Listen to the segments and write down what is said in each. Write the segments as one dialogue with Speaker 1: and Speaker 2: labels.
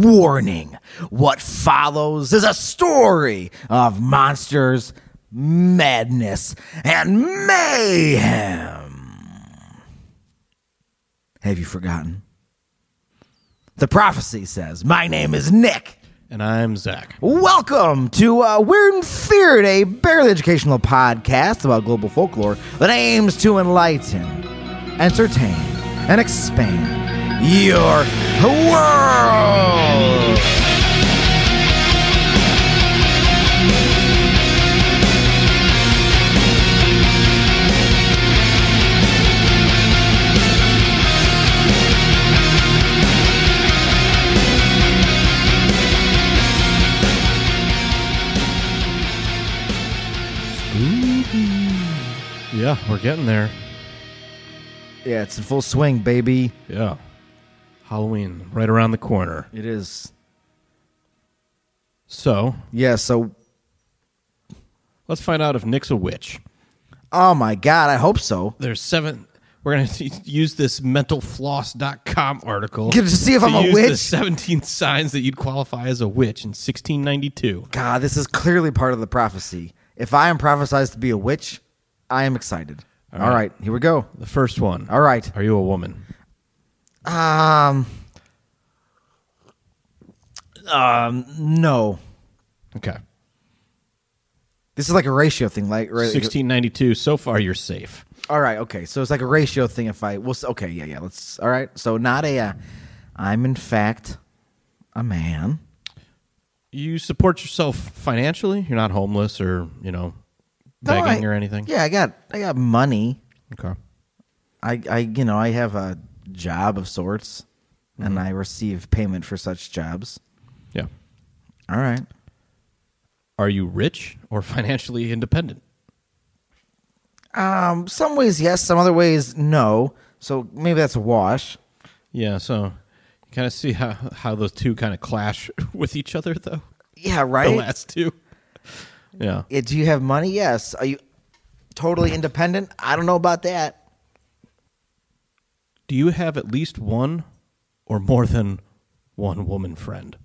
Speaker 1: Warning What follows is a story of monsters, madness, and mayhem. Have you forgotten? The prophecy says, My name is Nick.
Speaker 2: And I'm Zach.
Speaker 1: Welcome to uh, Weird and Feared, a barely educational podcast about global folklore that aims to enlighten, entertain, and expand your world.
Speaker 2: Yeah, we're getting there.
Speaker 1: Yeah, it's in full swing, baby.
Speaker 2: Yeah. Halloween, right around the corner.
Speaker 1: It is.
Speaker 2: So,
Speaker 1: Yeah, so,
Speaker 2: let's find out if Nick's a witch.
Speaker 1: oh my God, I hope so.
Speaker 2: There's seven. We're going to use this mentalfloss.com article.
Speaker 1: Get to see if I'm a
Speaker 2: use
Speaker 1: witch?
Speaker 2: The 17 signs that you'd qualify as a witch in 1692.
Speaker 1: God, this is clearly part of the prophecy. If I am prophesized to be a witch, I am excited. All right, here we go.
Speaker 2: The first one.
Speaker 1: All right.
Speaker 2: Are you a woman?
Speaker 1: Um. Um. No,
Speaker 2: Okay.
Speaker 1: this is like a ratio thing. Like right,
Speaker 2: 1692. So far, you're safe.
Speaker 1: All right. Okay. So it's like a ratio thing. If I well, s- okay. Yeah. Yeah. Let's. All right. So not a. Uh, I'm in fact a man.
Speaker 2: You support yourself financially. You're not homeless or, you know,
Speaker 1: No, I-
Speaker 2: begging or anything.
Speaker 1: Yeah. I got. I got money.
Speaker 2: Okay.
Speaker 1: I. I. You know. I have a job of sorts, and
Speaker 2: Mm-hmm.
Speaker 1: I receive payment for such jobs.
Speaker 2: Yeah.
Speaker 1: All right.
Speaker 2: Are you rich or financially independent?
Speaker 1: Um. Some ways yes. Some other ways no. So maybe that's a wash.
Speaker 2: Yeah, so you kind of see how, how those two kind of clash with each other, though.
Speaker 1: Yeah. Right.
Speaker 2: The last two. Yeah.
Speaker 1: Yeah, do you have money? Yes. Are you totally independent? I don't know about that.
Speaker 2: Do you have at least one or more than one woman friend?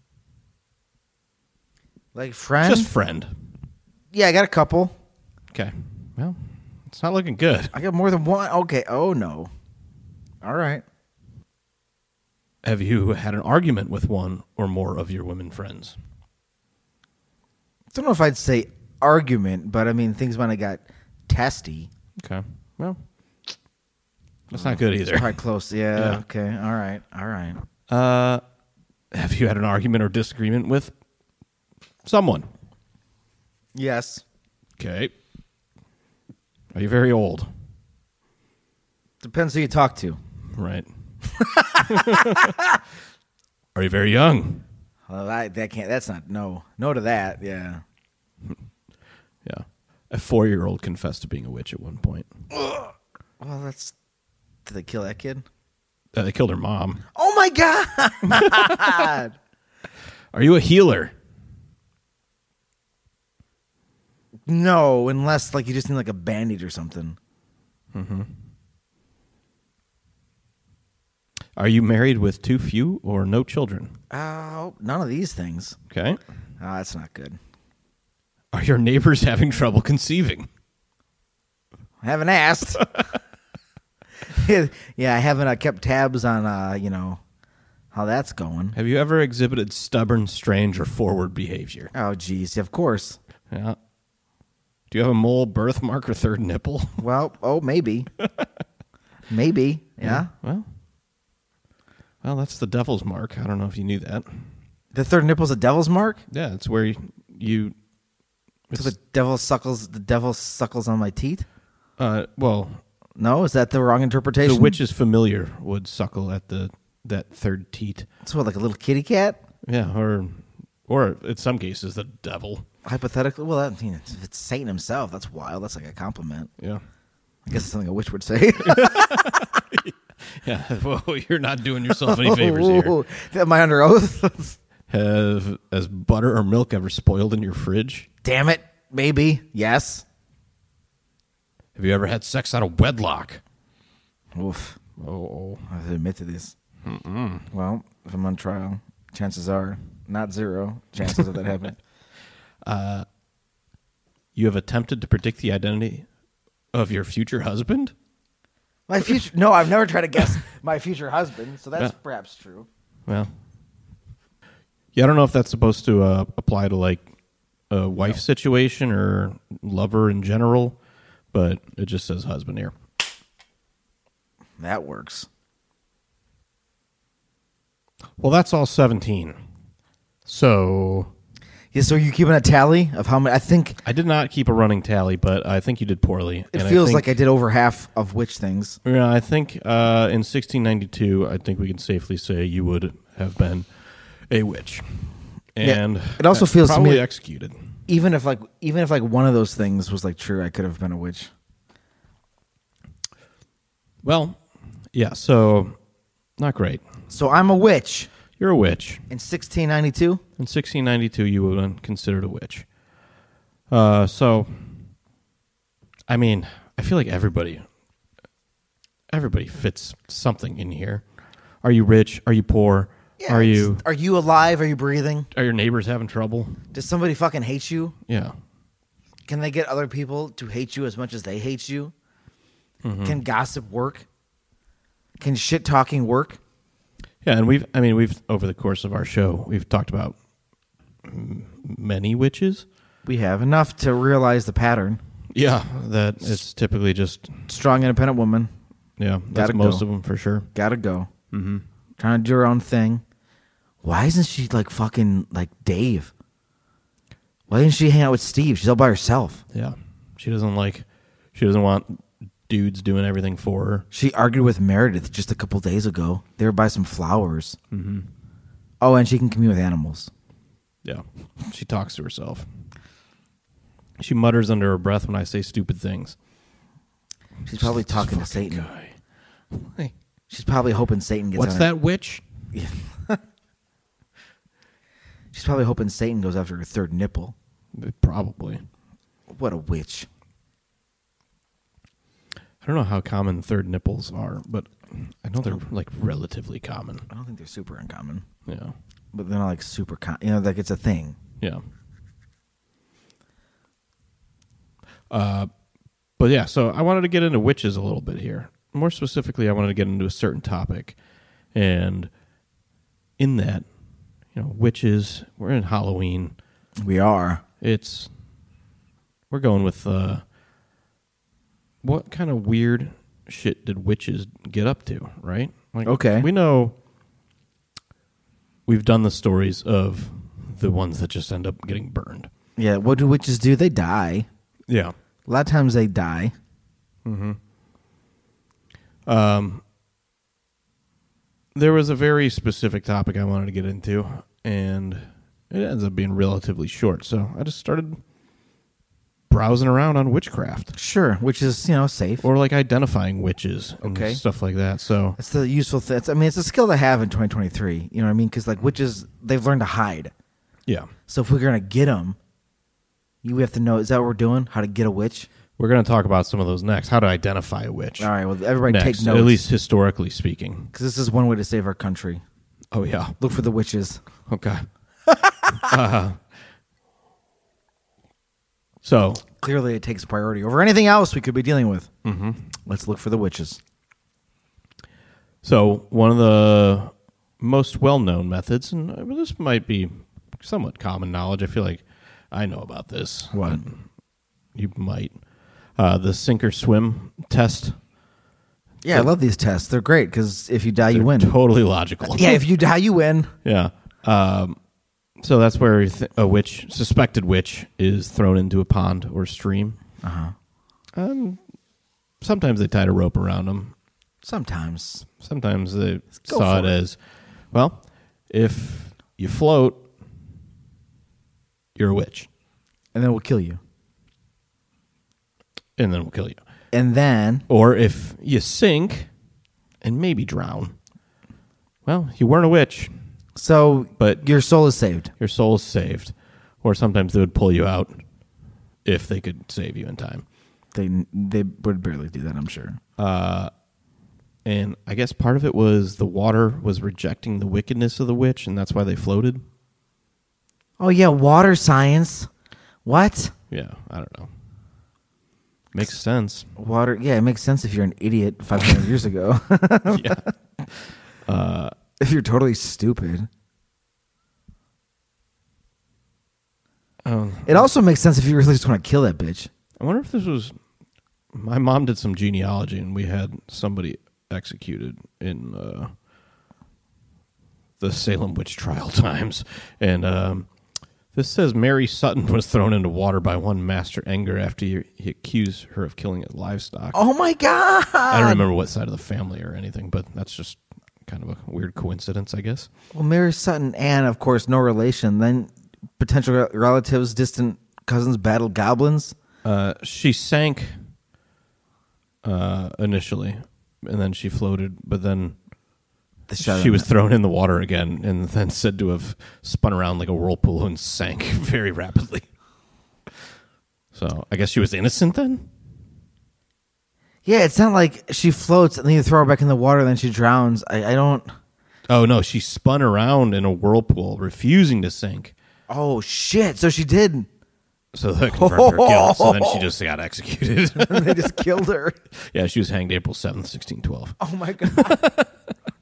Speaker 1: Like friend?
Speaker 2: Just friend.
Speaker 1: yeah, I got a couple.
Speaker 2: Okay. Well, it's not looking good.
Speaker 1: I got more than one. Okay. Oh no. All right.
Speaker 2: Have you had an argument with one or more of your women friends?
Speaker 1: Don't know if I'd say argument, but I mean things might have got testy.
Speaker 2: Okay. Well, that's not good either.
Speaker 1: Probably close. Yeah,
Speaker 2: Yeah.
Speaker 1: Okay. All right. All right.
Speaker 2: Uh, have you had an argument or disagreement with someone?
Speaker 1: Yes.
Speaker 2: Okay. Are you very old?
Speaker 1: Depends who you talk to.
Speaker 2: Right. Are you very young?
Speaker 1: Well, I, that can't. That's not no. No to that. Yeah.
Speaker 2: Yeah. A four year old confessed to being a witch at one point.
Speaker 1: Well, that's. Did they kill that kid?
Speaker 2: Uh, they killed her mom.
Speaker 1: Oh my god.
Speaker 2: Are you a healer?
Speaker 1: no, unless like you just need like a bandage or something.
Speaker 2: Are you married with too few or no children?
Speaker 1: Oh, none of these things.
Speaker 2: Okay.
Speaker 1: Ah, that's not good.
Speaker 2: Are your neighbors having trouble conceiving?
Speaker 1: I haven't asked. yeah, I haven't uh, kept tabs on uh, you know how that's going.
Speaker 2: Have you ever exhibited stubborn, strange, or forward behavior?
Speaker 1: Oh, geez, of course.
Speaker 2: Yeah. Do you have a mole, birthmark, or third nipple?
Speaker 1: Well, oh, maybe, maybe, yeah.
Speaker 2: Well, well, that's the devil's mark. I don't know if you knew that.
Speaker 1: The third nipple's a devil's mark.
Speaker 2: Yeah, it's where you, you
Speaker 1: So the devil suckles. The devil suckles on my teeth.
Speaker 2: uh, well,
Speaker 1: No, is that the wrong
Speaker 2: the
Speaker 1: interpretation?
Speaker 2: witch's familiar would suckle at the that third teat.
Speaker 1: It's what, like a little kitty cat,
Speaker 2: Yeah, or or in some cases the devil.
Speaker 1: hypothetically. Well, I mean, it's, it's Satan himself. That's wild. That's like a compliment.
Speaker 2: Yeah.
Speaker 1: I guess it's something a witch would say.
Speaker 2: Yeah, well, you're not doing yourself any favors here.
Speaker 1: Am I under oath?
Speaker 2: Have has butter or milk ever spoiled in your fridge?
Speaker 1: Damn it. Maybe. Yes.
Speaker 2: Have you ever had sex out of wedlock?
Speaker 1: Oof.
Speaker 2: Oh,
Speaker 1: I have to admit to this. Well, if I'm on trial, Chances are not zero chances of that happening.
Speaker 2: You have attempted to predict the identity of your future husband?
Speaker 1: My future? No, I've never tried to guess my future husband, so that's
Speaker 2: Yeah.
Speaker 1: perhaps true.
Speaker 2: Well, yeah, I don't know if that's supposed to uh, apply to like a wife situation or lover in general, but it just says husband here.
Speaker 1: That works.
Speaker 2: Well, that's all 17. So
Speaker 1: Yeah. So you keeping a tally of how many? I think
Speaker 2: I did not keep a running tally, but I think you did poorly.
Speaker 1: it
Speaker 2: and
Speaker 1: feels
Speaker 2: I
Speaker 1: like I did over half of which things.
Speaker 2: Yeah, I think uh, in 1692, I think we can safely say you would have been a witch, and
Speaker 1: it also
Speaker 2: that's
Speaker 1: feels to me-
Speaker 2: probably executed.
Speaker 1: Even if like even if like one of those things was like true, I could have been a witch.
Speaker 2: Well, yeah, so not great.
Speaker 1: So I'm a witch
Speaker 2: You're a witch.
Speaker 1: in 1692.
Speaker 2: In 1692, you would have been considered a witch. Uh, so, I mean, I feel like everybody, everybody fits something in here. Are you rich? Are you poor? are
Speaker 1: it's-
Speaker 2: you?
Speaker 1: Are you alive? Are you breathing?
Speaker 2: Are your neighbors having trouble?
Speaker 1: Does somebody fucking hate you?
Speaker 2: Yeah.
Speaker 1: Can they get other people to hate you as much as they hate you?
Speaker 2: Mm-hmm.
Speaker 1: Can gossip work? Can shit talking work?
Speaker 2: Yeah, and we've I mean we've over the course of our show we've talked about m- many witches.
Speaker 1: We have enough to realize the pattern.
Speaker 2: Yeah, that it's typically just
Speaker 1: Strong, independent woman,
Speaker 2: yeah, that's
Speaker 1: Gotta
Speaker 2: most
Speaker 1: go.
Speaker 2: of them for sure.
Speaker 1: gotta go. Mm-hmm. Trying to do her own thing. Why isn't she like fucking like Dave? Why didn't she hang out with Steve? She's all by herself.
Speaker 2: Yeah. She doesn't like she doesn't want dudes doing everything for her.
Speaker 1: She argued with Meredith just a couple days ago. They were by some flowers. Mm-hmm. Oh, and she can commune with animals.
Speaker 2: Yeah. She talks to herself. She mutters under her breath when I say stupid things.
Speaker 1: She's probably talking to Satan.
Speaker 2: Guy. Hey,
Speaker 1: She's probably hoping Satan gets.
Speaker 2: what's
Speaker 1: on her-
Speaker 2: that witch?
Speaker 1: She's probably hoping Satan goes after her third nipple.
Speaker 2: Probably.
Speaker 1: What a witch!
Speaker 2: I don't know how common third nipples are, but I know they're like relatively common.
Speaker 1: I don't think they're super uncommon,
Speaker 2: Yeah.
Speaker 1: but they're not like super. Con- you know, like it's a thing.
Speaker 2: Yeah. Uh, but yeah, so I wanted to get into witches a little bit here. More specifically, I wanted to get into a certain topic, and in that, you know, witches. We're in Halloween.
Speaker 1: We are.
Speaker 2: It's we're going with uh, what kind of weird shit did witches get up to? Right? Like,
Speaker 1: Okay.
Speaker 2: we know we've done the stories of the ones that just end up getting burned.
Speaker 1: Yeah. What do witches do? They die.
Speaker 2: Yeah.
Speaker 1: A lot of times they die.
Speaker 2: There was a very specific topic I wanted to get into, and it ends up being relatively short. So I just started browsing around on witchcraft
Speaker 1: Sure, which is you know safe.
Speaker 2: or like identifying witches and
Speaker 1: Okay.
Speaker 2: stuff like that. So,
Speaker 1: That's the useful thing. I mean, it's a skill to have in 2023. You know what I mean? Because like witches, they've learned to hide.
Speaker 2: yeah.
Speaker 1: So if we're gonna get them, you we have to know is that what we're doing? How to get a witch?
Speaker 2: We're going to talk about some of those next. How to identify a witch.
Speaker 1: All right. Well, everybody
Speaker 2: next,
Speaker 1: take notes.
Speaker 2: at least historically speaking.
Speaker 1: because this is one way to save our country.
Speaker 2: Oh, yeah.
Speaker 1: Look for the witches.
Speaker 2: Oh, God. Uh, so,
Speaker 1: Clearly, it takes priority over anything else we could be dealing with. Mm-hmm. Let's look for the witches.
Speaker 2: So one of the most well-known methods, and uh, this might be somewhat common knowledge. I feel like I know about this.
Speaker 1: What?
Speaker 2: You might uh, the sink or swim test.
Speaker 1: Yeah, I love these tests. They're great because if you die, you
Speaker 2: They're
Speaker 1: win.
Speaker 2: Totally logical.
Speaker 1: yeah, if you die, you win.
Speaker 2: yeah. Um, so that's where you th- a witch, suspected witch, is thrown into a pond or stream. Uh huh. Um, sometimes they tied a rope around them.
Speaker 1: Sometimes.
Speaker 2: Sometimes they
Speaker 1: go
Speaker 2: saw it,
Speaker 1: for it.
Speaker 2: as, well, if you float, you're a witch,
Speaker 1: And then we'll kill you.
Speaker 2: and then we'll kill you.
Speaker 1: And then,
Speaker 2: Or if you sink and maybe drown, well, you weren't a witch,
Speaker 1: so
Speaker 2: But-
Speaker 1: your soul is saved.
Speaker 2: your soul's saved. Or sometimes they would pull you out if they could save you in time.
Speaker 1: They they would barely do that, I'm sure.
Speaker 2: and I guess part of it was the water was rejecting the wickedness of the witch, and that's why they floated.
Speaker 1: Oh yeah, water science. What?
Speaker 2: Yeah, I don't know. Makes sense.
Speaker 1: Water. Yeah, it makes sense if you're an idiot 500 years ago.
Speaker 2: yeah.
Speaker 1: if you're totally stupid.
Speaker 2: Um,
Speaker 1: It also makes sense if you really just want to kill that bitch.
Speaker 2: I wonder if this was. My mom did some genealogy, and we had somebody executed in uh, the Salem witch trial times. And um, this says Mary Sutton was thrown into water by one Master Enger after he, he accused her of killing his livestock.
Speaker 1: Oh my god.
Speaker 2: I don't remember what side of the family or anything, but that's just kind of a weird coincidence, I guess.
Speaker 1: Well, Mary Sutton and of course no relation. Then potential re- relatives, distant cousins battled goblins.
Speaker 2: Uh, she sank uh, initially, and then she floated, but then
Speaker 1: The shot
Speaker 2: she
Speaker 1: on
Speaker 2: was
Speaker 1: that.
Speaker 2: thrown in the water again, and then said to have spun around like a whirlpool and sank very rapidly. So I guess she was innocent then.
Speaker 1: Yeah, it's not like she floats and then you throw her back in the water and then she drowns. I, I don't
Speaker 2: Oh no, she spun around in a whirlpool, refusing to sink.
Speaker 1: Oh shit. So she did.
Speaker 2: So that confirmed her guilt. So then she just got executed.
Speaker 1: they just killed her.
Speaker 2: yeah, she was hanged April seventh, sixteen twelve.
Speaker 1: Oh my god.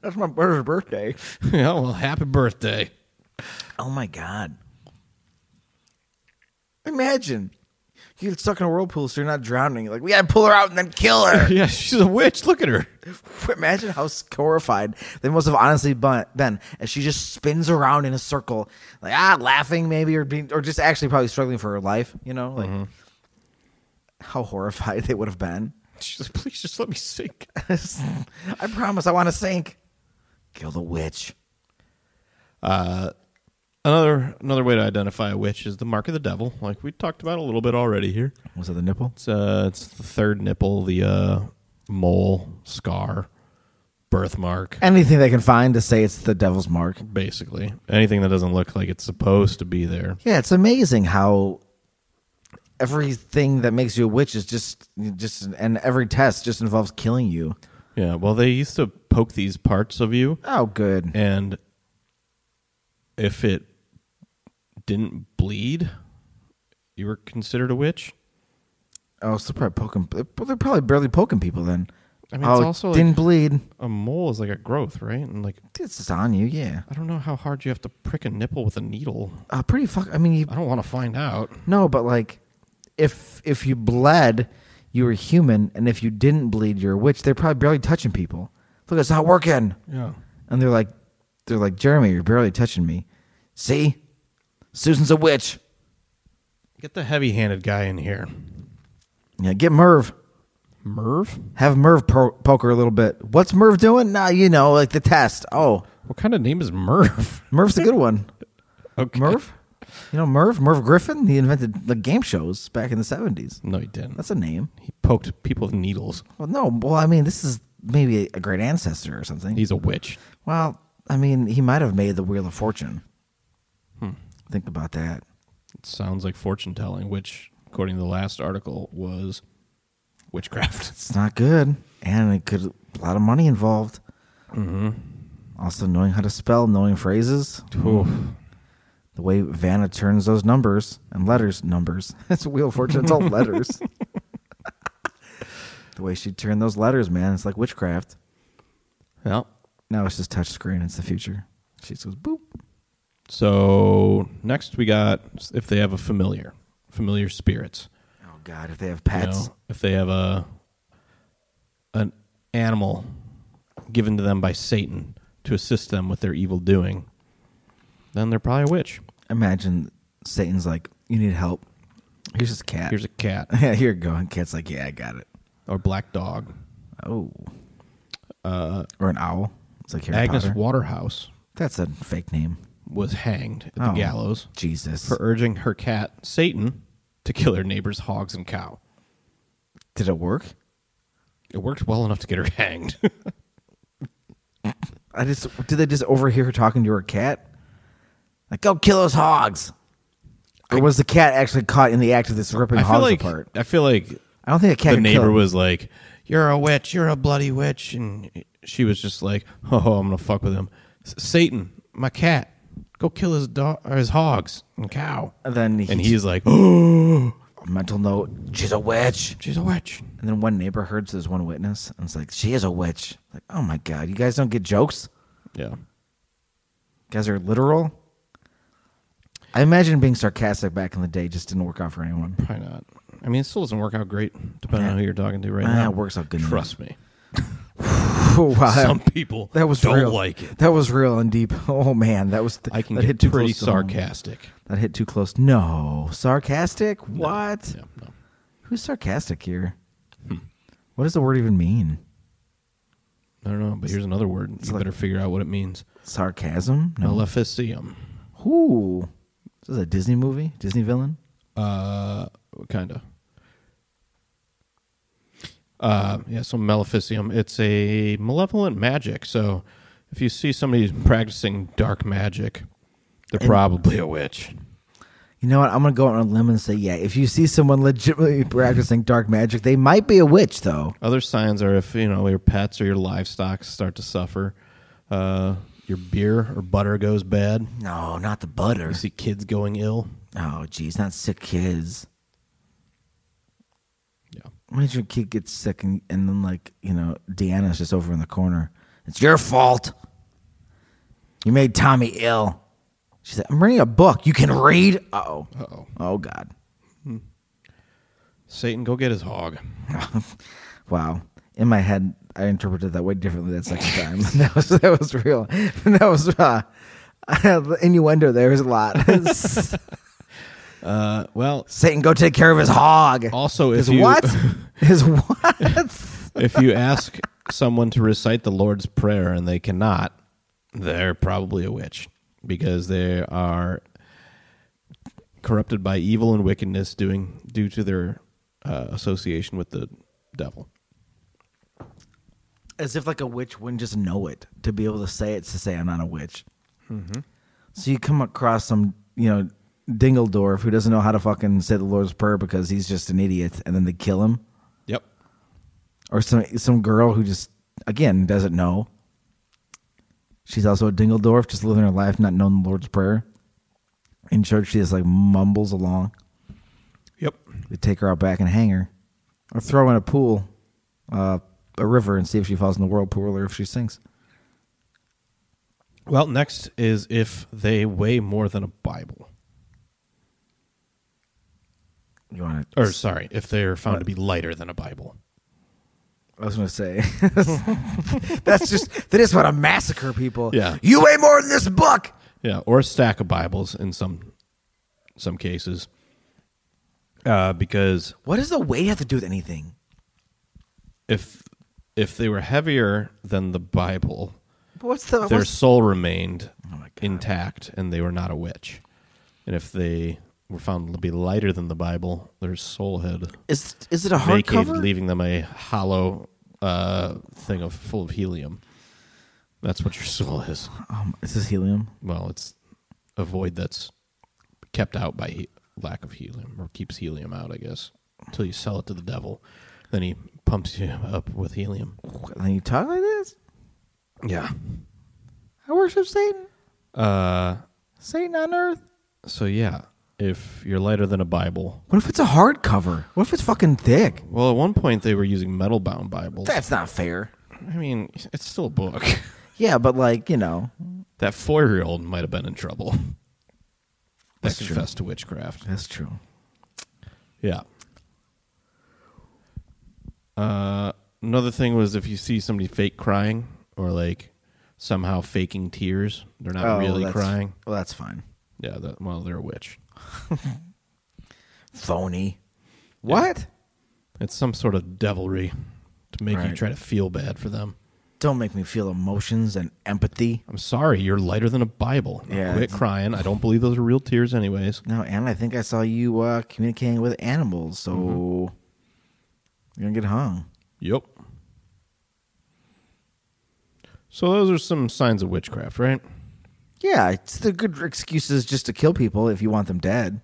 Speaker 1: That's my brother's birthday.
Speaker 2: yeah, well, happy birthday.
Speaker 1: Oh my god! Imagine you get stuck in a whirlpool, so you're not drowning. You're like we gotta pull her out and then kill her.
Speaker 2: Yeah, she's a witch. Look at her.
Speaker 1: Imagine how horrified they must have honestly bu- been as she just spins around in a circle, like ah, laughing maybe, or being, or just actually probably struggling for her life. You know, like how horrified they would have been.
Speaker 2: She's like, please just let me sink.
Speaker 1: I promise, I want to sink. Kill the witch.
Speaker 2: Another another way to identify a witch is the mark of the devil, like we talked about a little bit already here.
Speaker 1: Was it the nipple?
Speaker 2: It's uh, it's the third nipple, the uh, mole scar, birthmark,
Speaker 1: Anything they can find to say it's the devil's mark.
Speaker 2: basically anything that doesn't look like it's supposed to be there.
Speaker 1: Yeah, it's amazing how everything that makes you a witch is just just and every test just involves killing you.
Speaker 2: Yeah, well, they used to poke these parts of you,
Speaker 1: Oh, good.
Speaker 2: and if it didn't bleed, you were considered a witch.
Speaker 1: Oh, so probably poking. They're probably barely poking people then.
Speaker 2: I mean,
Speaker 1: oh,
Speaker 2: it's also like-
Speaker 1: didn't bleed.
Speaker 2: A mole is like a growth, right? And like
Speaker 1: It's just on you. Yeah.
Speaker 2: I don't know how hard you have to prick a nipple with a needle.
Speaker 1: Uh, pretty fuck. I mean, you,
Speaker 2: I don't want to find out.
Speaker 1: no, but like, if if you bled, you were human, and if you didn't bleed, you're a witch. They're probably barely touching people. Look, it's not working.
Speaker 2: Yeah.
Speaker 1: And they're like, they're like, Jeremy, you're barely touching me. See, Susan's a witch.
Speaker 2: Get the heavy-handed guy in here.
Speaker 1: Yeah, get Merv.
Speaker 2: Merv?
Speaker 1: Have Merv po- poke her a little bit. What's Merv doing? Nah, you know, like the test. Oh,
Speaker 2: What kind of name is Merv?
Speaker 1: Merv's a good one.
Speaker 2: Okay.
Speaker 1: Merv? You know Merv? Merv Griffin? He invented the game shows back in the 70s.
Speaker 2: No, he didn't.
Speaker 1: That's a name.
Speaker 2: he poked people with needles.
Speaker 1: Well, no. Well, I mean, this is maybe a great ancestor or something.
Speaker 2: He's a witch.
Speaker 1: well, I mean, he might have made the Wheel of Fortune. Hmm. Think about that.
Speaker 2: It sounds like fortune telling, which, according to the last article, was witchcraft.
Speaker 1: It's not good. And it could, a lot of money involved. Mm-hmm. Also, knowing how to spell, knowing phrases. the way Vanna turns those numbers and letters numbers. It's a wheel of fortune. It's all letters. the way she turned those letters, man, it's like witchcraft.
Speaker 2: Well,
Speaker 1: Now it's just touch screen. It's the future. She just goes boop.
Speaker 2: so next we got if they have a familiar, familiar spirits.
Speaker 1: Oh God, if they have
Speaker 2: you
Speaker 1: pets,
Speaker 2: know, if they have a an animal given to them by Satan to assist them with their evil doing, then they're probably a witch.
Speaker 1: imagine Satan's like, "You need help. Here's this cat.
Speaker 2: Here's a cat
Speaker 1: yeah, here you go." And cat's like, "Yeah, I got it."
Speaker 2: or black dog.
Speaker 1: Oh, uh, or an owl. It's like Harry
Speaker 2: Agnes
Speaker 1: Potter.
Speaker 2: Waterhouse
Speaker 1: That's a fake name.
Speaker 2: was hanged at
Speaker 1: Oh.
Speaker 2: the gallows
Speaker 1: Jesus.
Speaker 2: for urging her cat Satan to kill her neighbor's hogs and cow.
Speaker 1: Did it work?
Speaker 2: It worked well enough to get her hanged.
Speaker 1: I just did they just overhear her talking to her cat? Like, go kill those hogs. Or was the cat actually caught in the act of this ripping
Speaker 2: I feel
Speaker 1: hogs
Speaker 2: like
Speaker 1: apart?
Speaker 2: I feel like
Speaker 1: I don't think a cat
Speaker 2: the
Speaker 1: could
Speaker 2: neighbor
Speaker 1: kill.
Speaker 2: was like, "You're a witch. You're a bloody witch," and she was just like, "Oh, I'm gonna fuck with him." S- Satan, my cat, go kill his dog or his hogs and cow.
Speaker 1: And then he,
Speaker 2: And he's like, "Oh,
Speaker 1: mental note: she's a witch.
Speaker 2: she's a witch."
Speaker 1: And then one neighbor heard so there's one witness, and it's like she is a witch. Like, oh my god, you guys don't get jokes.
Speaker 2: Yeah,
Speaker 1: You guys are literal. I imagine being sarcastic back in the day just didn't work out for anyone.
Speaker 2: probably not. I mean, it still doesn't work out great, depending on who you're talking to right
Speaker 1: Ah,
Speaker 2: now.
Speaker 1: it works out good enough.
Speaker 2: Trust me.
Speaker 1: Oh, wow, that-
Speaker 2: Some people
Speaker 1: that was
Speaker 2: don't
Speaker 1: real.
Speaker 2: like it.
Speaker 1: That was real and deep. Oh man, that was
Speaker 2: I can
Speaker 1: that
Speaker 2: get
Speaker 1: hit too
Speaker 2: pretty
Speaker 1: close to home.
Speaker 2: sarcastic.
Speaker 1: That hit too close. No, sarcastic. What?
Speaker 2: Yeah, no.
Speaker 1: Who's sarcastic here? Hmm. What does the word even mean?
Speaker 2: I don't know, but here's another word. You
Speaker 1: like-
Speaker 2: better figure out what it means.
Speaker 1: Sarcasm? No.
Speaker 2: Maleficium.
Speaker 1: Ooh. This is a Disney movie? Disney villain?
Speaker 2: Uh, kind of. Uh, yeah, so Maleficium. It's a malevolent magic. So if you see somebody practicing dark magic, they're probably a witch.
Speaker 1: You know what? I'm going to go out on a limb and say, yeah, if you see someone legitimately practicing dark magic, they might be a witch, though.
Speaker 2: Other signs are if you know your pets or your livestock start to suffer, uh, your beer or butter goes bad.
Speaker 1: No, not the butter.
Speaker 2: You see kids going ill.
Speaker 1: Oh, geez, not sick kids.
Speaker 2: Yeah.
Speaker 1: Imagine your kid gets sick and, and then, like, you know, Deanna's just over in the corner. It's your fault. You made Tommy ill. She said, I'm reading a book. You can read? Uh oh.
Speaker 2: Uh-oh.
Speaker 1: Oh, God.
Speaker 2: Satan, go get his hog.
Speaker 1: wow. In my head, I interpreted that way differently that second time. that was that was real. That was uh, innuendo. There was a lot.
Speaker 2: Uh, well,
Speaker 1: Satan, go take care of his hog.
Speaker 2: Also, if
Speaker 1: his
Speaker 2: you-
Speaker 1: what? his what?
Speaker 2: if you ask someone to recite the Lord's Prayer and they cannot, they're probably a witch because they are corrupted by evil and wickedness doing due to their uh, association with the devil.
Speaker 1: As if like a witch wouldn't just know it to be able to say it to say I'm not a witch.
Speaker 2: Mm-hmm.
Speaker 1: So you come across some you know Dingledorf who doesn't know how to fucking say the Lord's Prayer because he's just an idiot, and then they kill him.
Speaker 2: Yep.
Speaker 1: or some some girl who just again doesn't know. She's also a Dingledorf, just living her life, not knowing the Lord's Prayer. In church, she just like mumbles along.
Speaker 2: Yep.
Speaker 1: They take her out back and hang her, or throw her in a pool, uh, a river, and see if she falls in the whirlpool or if she sinks.
Speaker 2: Well, next is if they weigh more than a Bible.
Speaker 1: You want to?
Speaker 2: Or sorry, if they're found to be lighter than a Bible.
Speaker 1: I was going to say, that's just they just want to massacre people.
Speaker 2: Yeah.
Speaker 1: you weigh more than this book.
Speaker 2: Yeah, or a stack of Bibles in some some cases. Uh, because
Speaker 1: What does the weight have to do with anything?
Speaker 2: if if they were heavier than the Bible,
Speaker 1: What's the
Speaker 2: their
Speaker 1: what's
Speaker 2: soul remained
Speaker 1: Oh my God.
Speaker 2: intact, and they were not a witch. And if they were found to be lighter than the Bible, their soul had
Speaker 1: Is is it a
Speaker 2: vacated,
Speaker 1: hardcover?
Speaker 2: leaving them a hollow uh, thing of full of helium. That's what your soul is.
Speaker 1: Um, is this helium?
Speaker 2: Well, it's a void that's kept out by he- lack of helium, or keeps helium out, I guess, until you sell it to the devil. Then he pumps you up with helium.
Speaker 1: And then you talk like this.
Speaker 2: Yeah.
Speaker 1: I worship Satan.
Speaker 2: Uh,
Speaker 1: Satan on earth.
Speaker 2: so yeah, if you're lighter than a Bible,
Speaker 1: What if it's a hardcover? What if it's fucking thick?
Speaker 2: well, at one point they were using metal-bound Bibles.
Speaker 1: That's not fair.
Speaker 2: I mean, it's still a book.
Speaker 1: Yeah, but like you know,
Speaker 2: that four-year-old might have been in trouble. That
Speaker 1: That's true.
Speaker 2: confessed to witchcraft.
Speaker 1: that's true.
Speaker 2: Yeah. Uh, another thing was if you see somebody fake crying or like somehow faking tears, they're not really
Speaker 1: Oh, that's-
Speaker 2: crying.
Speaker 1: Well, that's fine.
Speaker 2: Yeah. That, well, they're a witch.
Speaker 1: Phony. What?
Speaker 2: It's some sort of devilry to make you
Speaker 1: Right.
Speaker 2: try to feel bad for them.
Speaker 1: Don't make me feel emotions and empathy.
Speaker 2: I'm sorry, you're lighter than a Bible. Now
Speaker 1: Yeah,
Speaker 2: quit
Speaker 1: it's-
Speaker 2: crying. I don't believe those are real tears, anyways.
Speaker 1: No, and I think I saw you uh, communicating with animals, so Mm-hmm. you're gonna get hung.
Speaker 2: Yep. So those are some signs of witchcraft, right?
Speaker 1: Yeah, it's the good excuses just to kill people if you want them dead.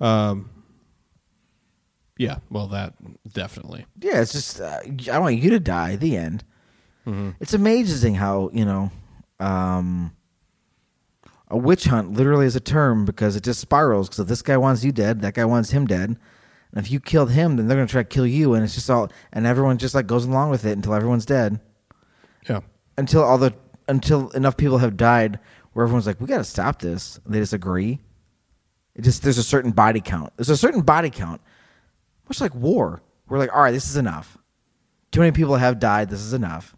Speaker 2: Um, Yeah, well, that definitely.
Speaker 1: Yeah, it's just uh, I want you to die. The end. It's amazing how you know um, a witch hunt literally is a term because it just spirals. Because if this guy wants you dead, that guy wants him dead, and if you killed him, then they're gonna try to kill you, and it's just all and everyone just like goes along with it until everyone's dead,
Speaker 2: Yeah,
Speaker 1: until all the until enough people have died where everyone's like, we gotta stop this. And they disagree. It just there's a certain body count. There's a certain body count, much like war. We're like, all right, this is enough. Too many people have died. This is enough.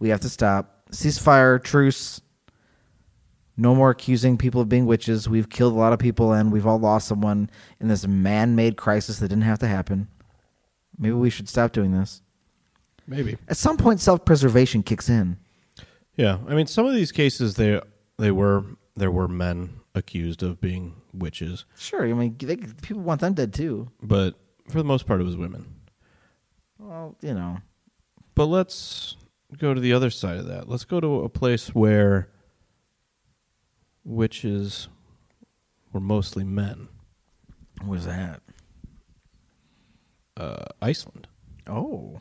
Speaker 1: We have to stop. Ceasefire, truce. No more accusing people of being witches. We've killed a lot of people and we've all lost someone in this man made crisis that didn't have to happen. Maybe we should stop doing this.
Speaker 2: maybe.
Speaker 1: At some point, self preservation kicks in.
Speaker 2: Yeah, I mean, some of these cases they they were there were men accused of being witches,
Speaker 1: Sure, I mean, they, people want them dead too.
Speaker 2: but for the most part, it was women.
Speaker 1: Well, you know.
Speaker 2: But let's go to the other side of that. Let's go to a place where witches were mostly men.
Speaker 1: What is that?
Speaker 2: Uh, Iceland.
Speaker 1: Oh.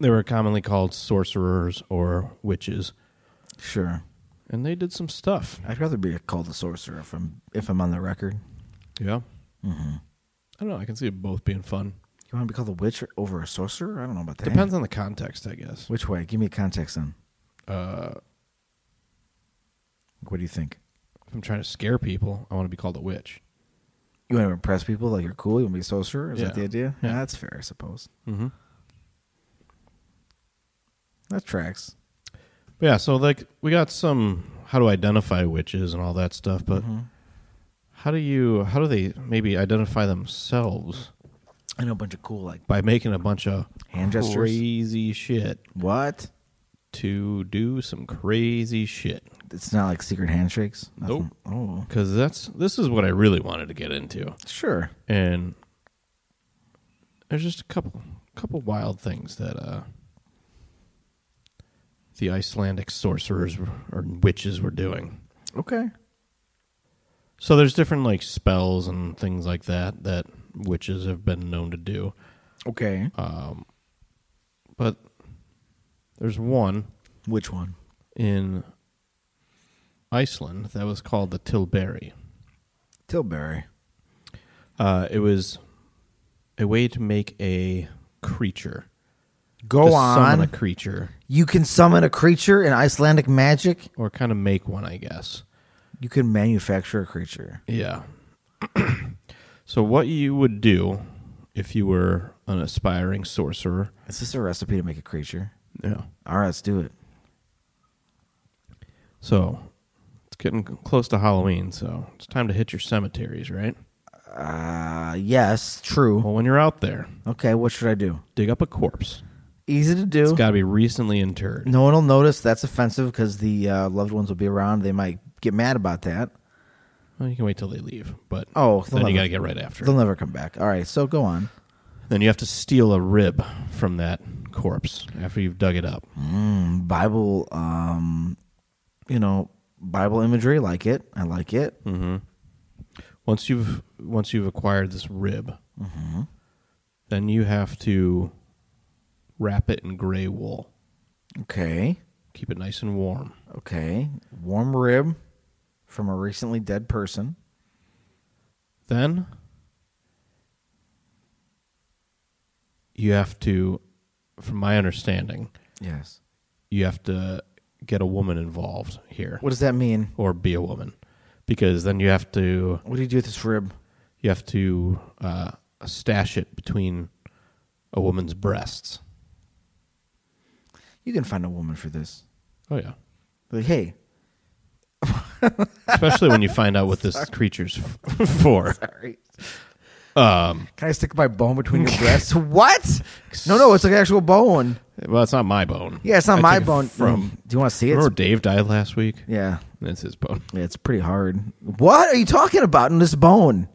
Speaker 2: They were commonly called sorcerers or witches,
Speaker 1: Sure.
Speaker 2: and they did some stuff.
Speaker 1: I'd rather be called a sorcerer if I'm, if I'm on the record.
Speaker 2: Yeah. I don't know. I can see both being fun.
Speaker 1: You want to be called a witch over a sorcerer? I don't know about that.
Speaker 2: Depends on the context, I guess.
Speaker 1: Which way? Give me context then.
Speaker 2: Uh,
Speaker 1: What do you think?
Speaker 2: if I'm trying to scare people, I want to be called a witch.
Speaker 1: You want to impress people like you're cool? You want to be a sorcerer? Is that
Speaker 2: Yeah.
Speaker 1: the idea?
Speaker 2: Yeah.
Speaker 1: Yeah. that's fair, I suppose.
Speaker 2: Mm-hmm.
Speaker 1: That tracks.
Speaker 2: Yeah, so like we got some how to identify witches and all that stuff, but
Speaker 1: Mm-hmm.
Speaker 2: how do you how do they maybe identify themselves
Speaker 1: I know a bunch of cool like
Speaker 2: by making a bunch of
Speaker 1: Hand gestures?
Speaker 2: crazy shit
Speaker 1: what?
Speaker 2: to do some crazy shit?
Speaker 1: It's not like secret handshakes. Nothing. Oh,
Speaker 2: Because that's this is what I really wanted to get into,
Speaker 1: sure.
Speaker 2: and there's just a couple couple wild things that uh the Icelandic sorcerers were- or witches were doing.
Speaker 1: Okay.
Speaker 2: So there's different like spells and things like that that witches have been known to do.
Speaker 1: Okay.
Speaker 2: But there's one
Speaker 1: Which one?
Speaker 2: in Iceland that was called the Tilbury.
Speaker 1: Tilbury.
Speaker 2: Uh, it was a way to make a creature.
Speaker 1: Go
Speaker 2: to
Speaker 1: on.
Speaker 2: Summon a creature
Speaker 1: you can summon a creature in Icelandic magic.
Speaker 2: or kind of make one, I guess.
Speaker 1: You can manufacture a creature.
Speaker 2: Yeah. so what you would do if you were an aspiring sorcerer.
Speaker 1: Is this a recipe to make a creature?
Speaker 2: Yeah.
Speaker 1: All right, let's do it.
Speaker 2: So it's getting close to Halloween, so it's time to hit your cemeteries, right?
Speaker 1: Uh, yes, true.
Speaker 2: Well, when you're out there,
Speaker 1: Okay, what should I do?
Speaker 2: dig up a corpse.
Speaker 1: Easy to do.
Speaker 2: It's got to be recently interred.
Speaker 1: No one will notice. That's offensive because the uh, loved ones will be around. They might get mad about that.
Speaker 2: Well, you can wait till they leave, but
Speaker 1: Oh,
Speaker 2: then
Speaker 1: they'll
Speaker 2: you got
Speaker 1: never-
Speaker 2: to get right after.
Speaker 1: They'll never come back. All right, so go on.
Speaker 2: Then you have to steal a rib from that corpse after you've dug it up.
Speaker 1: Hmm, Bible, um, you know, Bible imagery. Like it. I like it.
Speaker 2: Once you've once you've acquired this rib,
Speaker 1: Mm-hmm.
Speaker 2: then you have to wrap it in gray wool.
Speaker 1: Okay.
Speaker 2: Keep it nice and warm.
Speaker 1: Okay. Warm rib from a recently dead person.
Speaker 2: then you have to from my understanding
Speaker 1: Yes.
Speaker 2: you have to get a woman involved here
Speaker 1: What does that mean?
Speaker 2: or be a woman because then you have to
Speaker 1: What do you do with this rib?
Speaker 2: you have to uh, stash it between a woman's breasts
Speaker 1: You can find a woman for this.
Speaker 2: oh yeah
Speaker 1: Like, hey,
Speaker 2: especially when you find out what this creature's f- for
Speaker 1: sorry.
Speaker 2: um,
Speaker 1: Can I stick my bone between your breasts? What? No, no, it's like an actual bone.
Speaker 2: well it's not my bone
Speaker 1: Yeah, it's not
Speaker 2: I
Speaker 1: my
Speaker 2: took it
Speaker 1: bone. Mm,
Speaker 2: from
Speaker 1: do you want to see it?
Speaker 2: remember dave died last week
Speaker 1: yeah,
Speaker 2: that's his bone
Speaker 1: yeah, it's pretty hard. What are you talking about in this bone?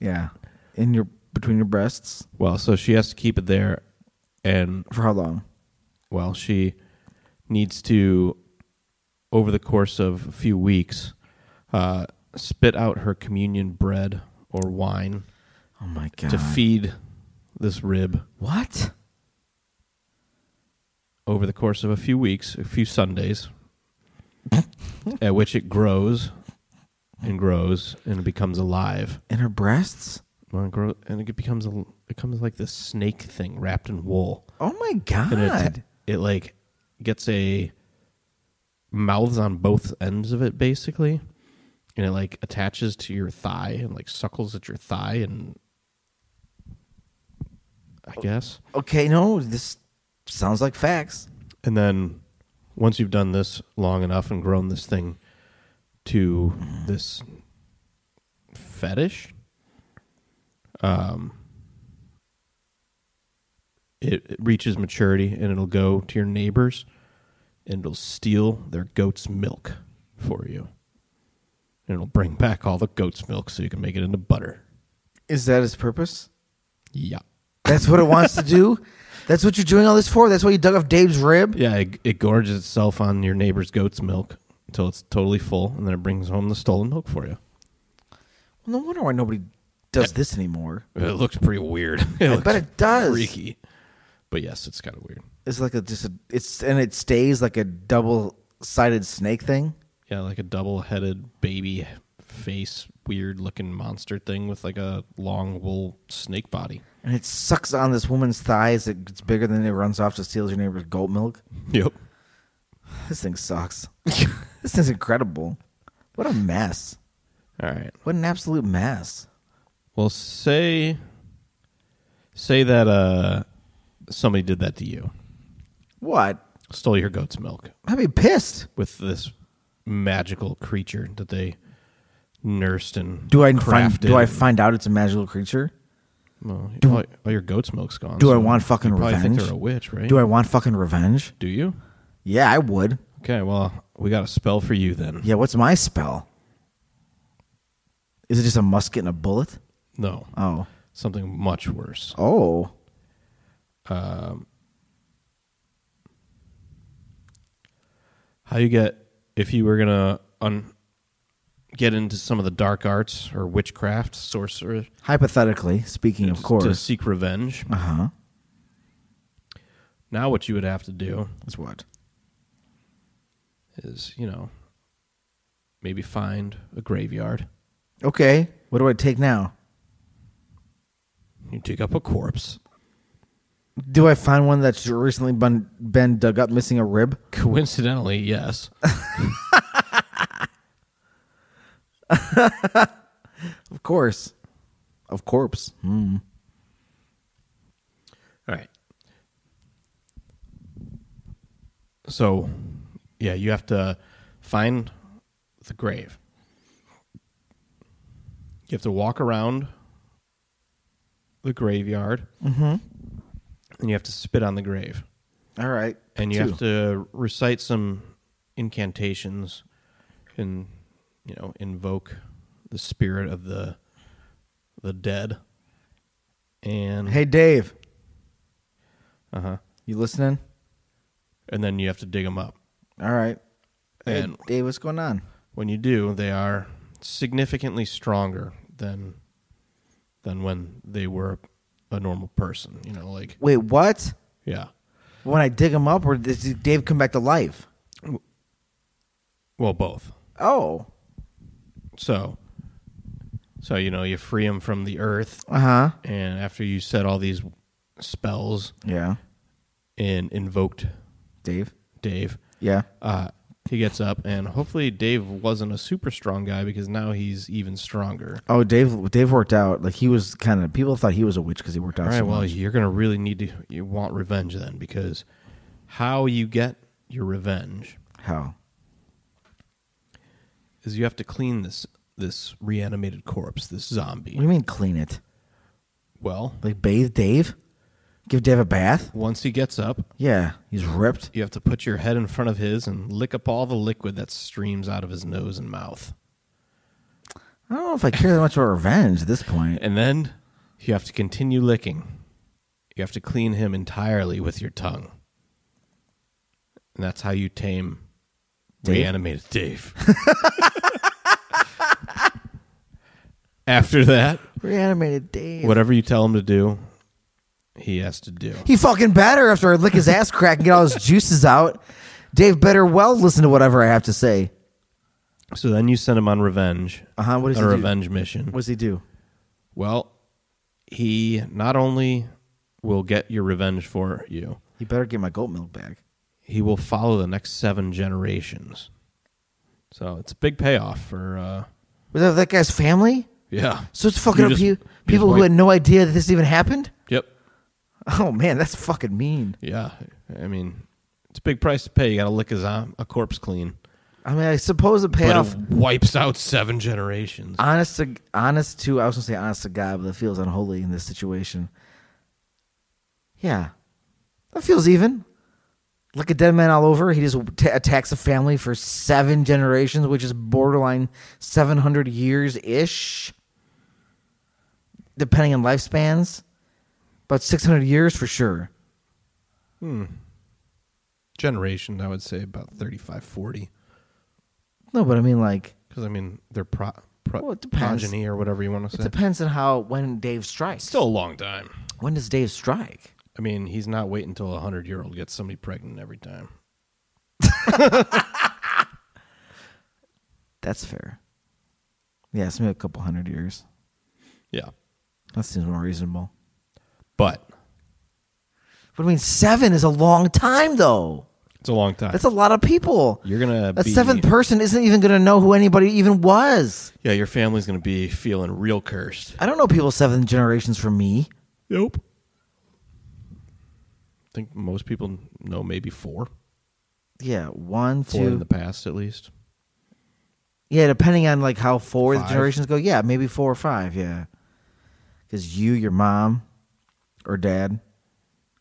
Speaker 1: Yeah, in your between your breasts
Speaker 2: well so she has to keep it there and
Speaker 1: for how long?
Speaker 2: Well, she needs to, over the course of a few weeks, uh, spit out her communion bread or wine
Speaker 1: Oh my god.
Speaker 2: to feed this rib
Speaker 1: what?
Speaker 2: over the course of a few weeks, a few Sundays, at which it grows and grows and it becomes alive.
Speaker 1: In her breasts?
Speaker 2: Well, it grow- and it becomes a, it comes like this snake thing wrapped in wool,
Speaker 1: Oh my god.
Speaker 2: and it it like gets a mouths on both ends of it basically, and it like attaches to your thigh and like suckles at your thigh and I guess.
Speaker 1: okay, no, this sounds like facts.
Speaker 2: And then once you've done this long enough and grown this thing to this fetish, um, it, it reaches maturity and it'll go to your neighbors and it'll steal their goat's milk for you. And it'll bring back all the goat's milk so you can make it into butter.
Speaker 1: Is that its purpose?
Speaker 2: Yeah.
Speaker 1: That's what it wants to do? That's what you're doing all this for? That's why you dug up Dave's rib?
Speaker 2: Yeah, it, it gorges itself on your neighbor's goat's milk until it's totally full, and then it brings home the stolen milk for you.
Speaker 1: Well, no wonder why nobody does this anymore.
Speaker 2: It looks pretty weird. It
Speaker 1: I
Speaker 2: looks
Speaker 1: bet it does.
Speaker 2: Freaky. But yes, it's kind of weird.
Speaker 1: It's like a just a it's and it stays like a double sided snake thing.
Speaker 2: Yeah, like a double-headed baby face, weird-looking monster thing with like a long wool snake body.
Speaker 1: And it sucks on this woman's thighs. It gets bigger than it runs off to steals your neighbor's goat milk.
Speaker 2: Yep.
Speaker 1: This thing sucks. this thing's incredible. What a mess.
Speaker 2: All right.
Speaker 1: What an absolute mess.
Speaker 2: Well, say say that uh somebody did that to you,
Speaker 1: What?
Speaker 2: stole your goat's milk
Speaker 1: I'd be pissed.
Speaker 2: with this magical creature that they nursed and
Speaker 1: Do I
Speaker 2: crafted
Speaker 1: find, do I
Speaker 2: and-
Speaker 1: find out it's a magical creature?
Speaker 2: Well, all, all your goat's milk's gone.
Speaker 1: do I
Speaker 2: so
Speaker 1: want fucking
Speaker 2: you probably Think
Speaker 1: revenge?
Speaker 2: they're a witch, right?
Speaker 1: Do I want fucking revenge?
Speaker 2: Do you?
Speaker 1: Yeah, I would.
Speaker 2: Okay, well, we got a spell for you then.
Speaker 1: Yeah, what's my spell? Is it just a musket and a bullet?
Speaker 2: No,
Speaker 1: Oh.
Speaker 2: something much worse.
Speaker 1: Oh.
Speaker 2: How you get if you were gonna un, get into some of the dark arts or witchcraft, sorcery,
Speaker 1: Hypothetically speaking,
Speaker 2: to-
Speaker 1: of
Speaker 2: to
Speaker 1: course.
Speaker 2: seek revenge?
Speaker 1: Uh huh.
Speaker 2: Now, what you would have to do
Speaker 1: That's what?
Speaker 2: is, you know, maybe find a graveyard.
Speaker 1: Okay. What do I take now?
Speaker 2: You dig up a corpse.
Speaker 1: Do I find one that's recently been, been dug up missing a rib?
Speaker 2: Coincidentally, yes.
Speaker 1: Of course. Of corpse. Hmm.
Speaker 2: All right. So, yeah, you have to find the grave. You have to walk around the graveyard, and you have to spit on the grave,
Speaker 1: All right.
Speaker 2: and you
Speaker 1: Two.
Speaker 2: have to recite some incantations, and you know invoke the spirit of the the dead. And
Speaker 1: Hey, Dave.
Speaker 2: uh huh.
Speaker 1: You listening?
Speaker 2: and then you have to dig them up.
Speaker 1: All right. Hey,
Speaker 2: And-
Speaker 1: Dave, what's going on?
Speaker 2: When you do, they are significantly stronger than than when they were a normal person. You know, like
Speaker 1: Wait, what?
Speaker 2: yeah.
Speaker 1: When I dig him up, or does Dave come back to life?
Speaker 2: Well, both.
Speaker 1: Oh.
Speaker 2: So, so you know, you free them from the earth,
Speaker 1: Uh huh.
Speaker 2: and after you said all these spells
Speaker 1: Yeah.
Speaker 2: and invoked
Speaker 1: Dave?
Speaker 2: Dave,
Speaker 1: Yeah.
Speaker 2: uh, he gets up, and hopefully Dave wasn't a super strong guy because now he's even stronger.
Speaker 1: Oh, Dave. Dave worked out. Like he was kind of. People thought he was a witch because he worked out.
Speaker 2: All right.
Speaker 1: so
Speaker 2: Well,
Speaker 1: much.
Speaker 2: you're gonna really need to you want revenge then, because how you get your revenge
Speaker 1: How?
Speaker 2: is you have to clean this this reanimated corpse, this
Speaker 1: What do
Speaker 2: zombie.
Speaker 1: you mean clean it?
Speaker 2: Well,
Speaker 1: Like bathe Dave? Give Dave a bath?
Speaker 2: once he gets up,
Speaker 1: Yeah. He's ripped.
Speaker 2: you have to put your head in front of his and lick up all the liquid that streams out of his nose and mouth,
Speaker 1: I don't know if I care that much about revenge at this point.
Speaker 2: and then you have to continue licking. You have to clean him entirely with your tongue, and that's how you tame
Speaker 1: Dave?
Speaker 2: reanimated Dave. After that,
Speaker 1: Reanimated Dave.
Speaker 2: whatever you tell him to do, he has to do.
Speaker 1: He fucking better after I lick his ass crack and get all his juices out. Dave better well listen to whatever I have to say.
Speaker 2: So then you send him on revenge.
Speaker 1: Uh-huh, what does
Speaker 2: on a
Speaker 1: he do?
Speaker 2: revenge mission.
Speaker 1: What does he do?
Speaker 2: Well, he not only will get your revenge for you,
Speaker 1: He better get my goat milk back.
Speaker 2: he will follow the next seven generations. So it's a big payoff for uh
Speaker 1: Was that that guy's family?
Speaker 2: yeah.
Speaker 1: So it's fucking
Speaker 2: You
Speaker 1: up
Speaker 2: just-
Speaker 1: pe-
Speaker 2: you just
Speaker 1: people who
Speaker 2: wipe-
Speaker 1: had no idea that this even happened?
Speaker 2: Yep.
Speaker 1: Oh man, that's fucking mean.
Speaker 2: Yeah. I mean, it's a big price to pay. You got to lick his a, a corpse clean.
Speaker 1: I mean, I suppose the
Speaker 2: But
Speaker 1: payoff.
Speaker 2: it wipes out seven generations.
Speaker 1: honest to honest to I was gonna say honest to God, but that feels unholy in this situation. Yeah, that feels even. Like a dead man all over, he just t- attacks a family for seven generations, which is borderline seven hundred years ish, depending on lifespans. About six hundred years for sure.
Speaker 2: Generations, I would say about 35, 40.
Speaker 1: No, but I mean, like,
Speaker 2: Because, I mean, they're pro, pro,
Speaker 1: Well, it depends.
Speaker 2: progeny or whatever you want to
Speaker 1: it
Speaker 2: say.
Speaker 1: depends on how when Dave strikes.
Speaker 2: Still a long time.
Speaker 1: when does Dave strike?
Speaker 2: I mean, he's not waiting until a 100 year old gets somebody pregnant every time.
Speaker 1: That's fair. Yeah, it's maybe a couple hundred years.
Speaker 2: Yeah.
Speaker 1: That seems more reasonable.
Speaker 2: But
Speaker 1: But I mean, seven is a long time, though.
Speaker 2: it's a long time.
Speaker 1: That's a lot of people.
Speaker 2: You're gonna
Speaker 1: that
Speaker 2: be-
Speaker 1: seventh person isn't even gonna know who anybody even was.
Speaker 2: yeah, your family's going to be feeling real cursed.
Speaker 1: I don't know people seven generations from me.
Speaker 2: Yep. I think most people know maybe four.
Speaker 1: Yeah, one,
Speaker 2: Four
Speaker 1: two.
Speaker 2: in the past, at least.
Speaker 1: yeah, depending on like how four
Speaker 2: Five.
Speaker 1: the generations go. Yeah, maybe four or five. Yeah, because you, your mom, or dad,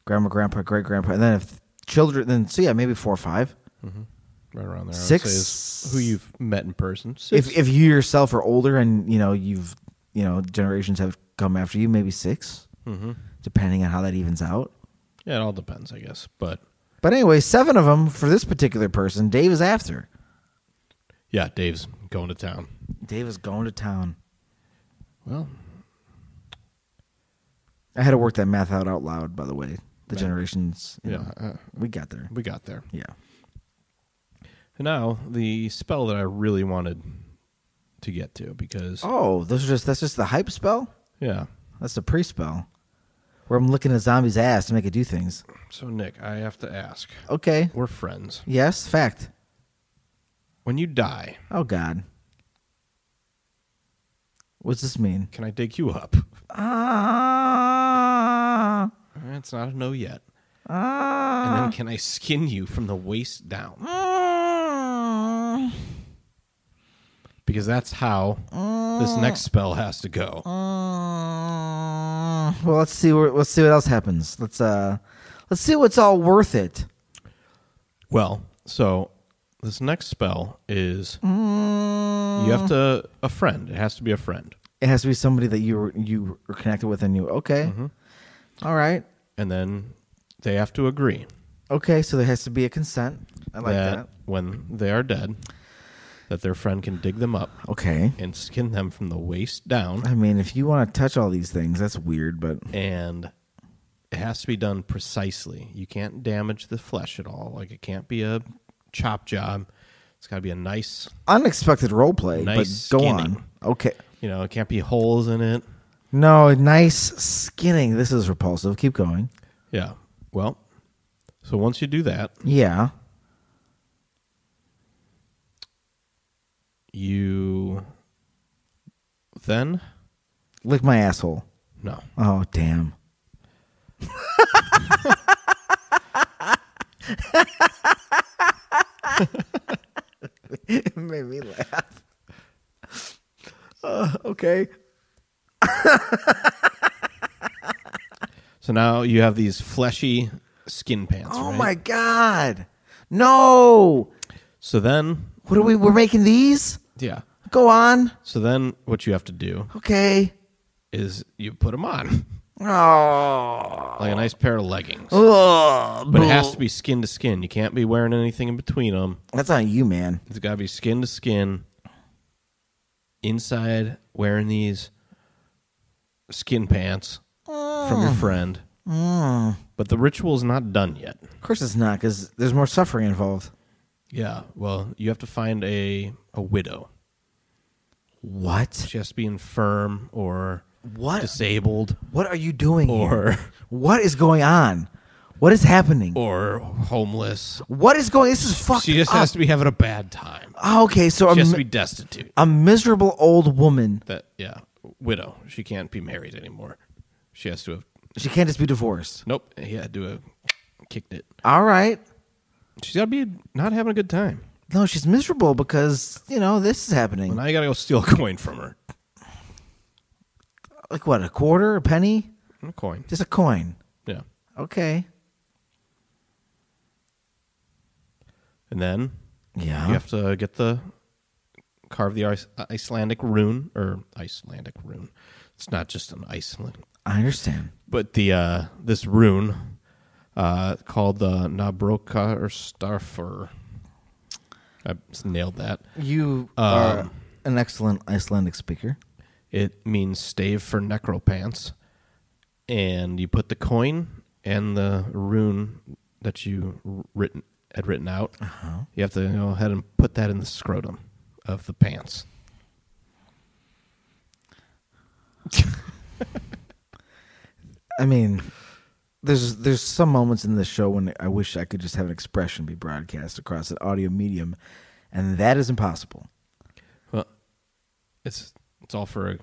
Speaker 1: grandma, grandpa, great grandpa, and then if children, then so yeah, maybe four or five.
Speaker 2: Right around there. I would
Speaker 1: Six.
Speaker 2: say is who you've met in person. Six.
Speaker 1: if if you yourself are older and you know you've you know generations have come after you, maybe 6 depending on how that evens out.
Speaker 2: yeah, it all depends, I guess. But
Speaker 1: But anyway, seven of them for this particular person, Dave is after.
Speaker 2: yeah, Dave's going to town.
Speaker 1: Dave is going to town.
Speaker 2: Well,
Speaker 1: I had to work that math out out loud, by the way. The generations. you
Speaker 2: Yeah,
Speaker 1: know.
Speaker 2: uh,
Speaker 1: we got there.
Speaker 2: we got there.
Speaker 1: Yeah.
Speaker 2: And now the spell that I really wanted to get to because
Speaker 1: Oh, those are just that's just the hype spell.
Speaker 2: yeah.
Speaker 1: That's the pre spell, where I'm looking at zombies' ass to make it do things.
Speaker 2: So Nick, I have to ask.
Speaker 1: Okay.
Speaker 2: We're friends.
Speaker 1: Yes. Fact.
Speaker 2: When you die,
Speaker 1: Oh God. What's this mean?
Speaker 2: can I dig you up?
Speaker 1: Ah,
Speaker 2: It's not a no yet.
Speaker 1: ah,
Speaker 2: And then can I skin you from the waist down?
Speaker 1: mm,
Speaker 2: Because that's how
Speaker 1: Uh.
Speaker 2: this next spell has to go.
Speaker 1: mm. Well, let's see. Where, let's see what else happens. Let's uh, let's see what's all worth it.
Speaker 2: Well, so this next spell is you
Speaker 1: Uh.
Speaker 2: have to a friend. It has to be a friend.
Speaker 1: It has to be somebody that you were, you were connected with and you. Okay, All right,
Speaker 2: And then they have to agree
Speaker 1: okay. So there has to be a consent. I like
Speaker 2: that,
Speaker 1: that.
Speaker 2: when they are dead, that their friend can dig them up
Speaker 1: Okay.
Speaker 2: and skin them from the waist down.
Speaker 1: I mean, if you want to touch all these things, that's weird, but
Speaker 2: and it has to be done precisely. You can't damage the flesh at all. Like it can't be a chop job. It's got to be a nice,
Speaker 1: unexpected role play.
Speaker 2: Nice
Speaker 1: but go
Speaker 2: skinning.
Speaker 1: on. Okay.
Speaker 2: you know, it can't be holes in it.
Speaker 1: No, nice skinning. This is repulsive. Keep going.
Speaker 2: Yeah. Well, so once you do that,
Speaker 1: Yeah.
Speaker 2: you then
Speaker 1: Lick my asshole.
Speaker 2: no.
Speaker 1: Oh, damn. it made me laugh. Uh, okay.
Speaker 2: So now you have these fleshy skin pants.
Speaker 1: Oh
Speaker 2: right?
Speaker 1: my god. No.
Speaker 2: So then,
Speaker 1: What are we we're making these?
Speaker 2: yeah.
Speaker 1: Go on.
Speaker 2: So then, what you have to do
Speaker 1: Okay.
Speaker 2: is you put them on
Speaker 1: Oh.
Speaker 2: like a nice pair of leggings, but
Speaker 1: Ugh,
Speaker 2: it has to be skin to skin. You can't be wearing anything in between them.
Speaker 1: That's on you, man.
Speaker 2: It's got to be skin to skin. inside wearing these skin pants from
Speaker 1: Mm.
Speaker 2: your friend. But the ritual's not done yet.
Speaker 1: Of course it's not, because there's more suffering involved.
Speaker 2: Yeah. Well, you have to find a, a widow.
Speaker 1: What?
Speaker 2: She has to be infirm or
Speaker 1: What?
Speaker 2: disabled
Speaker 1: What are you doing here?
Speaker 2: or
Speaker 1: What is going on? What is happening?
Speaker 2: or homeless.
Speaker 1: What is going? This is fucked
Speaker 2: She just
Speaker 1: up.
Speaker 2: has to be having a bad time.
Speaker 1: Oh, okay, so a,
Speaker 2: She has to
Speaker 1: mi-
Speaker 2: be destitute.
Speaker 1: a miserable old woman.
Speaker 2: That yeah, widow. She can't be married anymore. She has to have
Speaker 1: She can't just be divorced.
Speaker 2: nope. He had to have kicked it.
Speaker 1: All right.
Speaker 2: She's gotta be not having a good time.
Speaker 1: No, she's miserable because you know this is happening.
Speaker 2: Well, now you gotta go steal a coin from her.
Speaker 1: like what? A quarter? A penny?
Speaker 2: A coin.
Speaker 1: Just a coin?
Speaker 2: Yeah.
Speaker 1: Okay.
Speaker 2: And then
Speaker 1: Yeah.
Speaker 2: you have to get the carve the Ice- uh, Icelandic rune or Icelandic rune. It's not just an Iceland,
Speaker 1: I understand.
Speaker 2: but the uh, this rune uh, called the Nabroka or Starfur. I s- nailed that.
Speaker 1: You
Speaker 2: Um,
Speaker 1: are an excellent Icelandic speaker.
Speaker 2: It means stave for necropants, and you put the coin and the rune that you r- written had written out. You have to go ahead and put that in the scrotum of the pants.
Speaker 1: I mean, there's there's some moments in this show when I wish I could just have an expression be broadcast across an audio medium, and that is impossible.
Speaker 2: Well, it's it's all for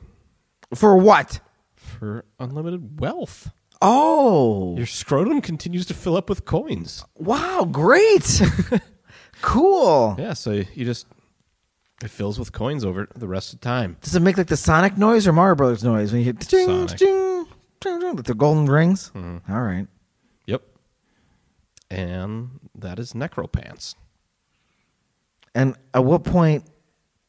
Speaker 1: For what?
Speaker 2: for unlimited wealth.
Speaker 1: Oh,
Speaker 2: Your scrotum continues to fill up with coins.
Speaker 1: wow, great, cool.
Speaker 2: Yeah, so you just it fills with coins over the rest of time.
Speaker 1: Does it make like the Sonic noise or Mario Brothers noise when you hit ding,
Speaker 2: Sonic. Mm-hmm.
Speaker 1: ding, ding, ding, like the golden rings? All right.
Speaker 2: Yep. And that is necropants.
Speaker 1: And at what point?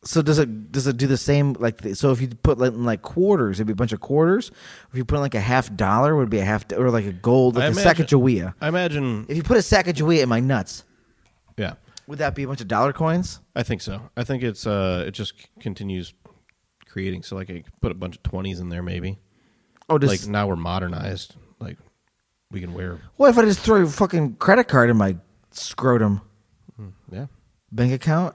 Speaker 1: So does it does it do the same like the, so if you put like, in, like quarters it'd be a bunch of quarters if you put in like a half dollar it would be a half do- or like a gold like
Speaker 2: I
Speaker 1: a
Speaker 2: imagine-
Speaker 1: Sacagawea
Speaker 2: I imagine
Speaker 1: if you put a Sacagawea in my nuts
Speaker 2: yeah.
Speaker 1: would that be a bunch of dollar coins
Speaker 2: I think so. I think it's uh it just c- continues creating so like I could put a bunch of 20s in there maybe.
Speaker 1: oh does
Speaker 2: like now we're modernized like we can wear
Speaker 1: what if I just throw a fucking credit card in my scrotum
Speaker 2: hmm, yeah.
Speaker 1: bank account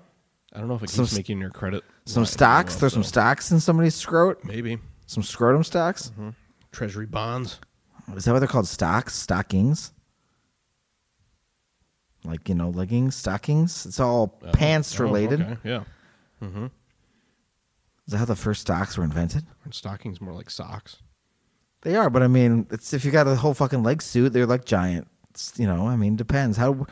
Speaker 2: I don't know if it
Speaker 1: Some
Speaker 2: keeps
Speaker 1: s-
Speaker 2: making your credit
Speaker 1: some
Speaker 2: line go
Speaker 1: stocks
Speaker 2: up,
Speaker 1: throw some
Speaker 2: though.
Speaker 1: stocks in somebody's scrot
Speaker 2: maybe
Speaker 1: some scrotum stocks
Speaker 2: treasury bonds.
Speaker 1: Is that what they're called? Stocks, stockings. Like you know, leggings, stockings. It's all
Speaker 2: Oh,
Speaker 1: pants
Speaker 2: oh,
Speaker 1: related.
Speaker 2: okay, Yeah. Mm-hmm.
Speaker 1: Is that how the first stocks were invented?
Speaker 2: And stockings more like socks.
Speaker 1: They are, but I mean, it's if you got a whole fucking leg suit, they're like giant. It's, you know, I mean, depends how.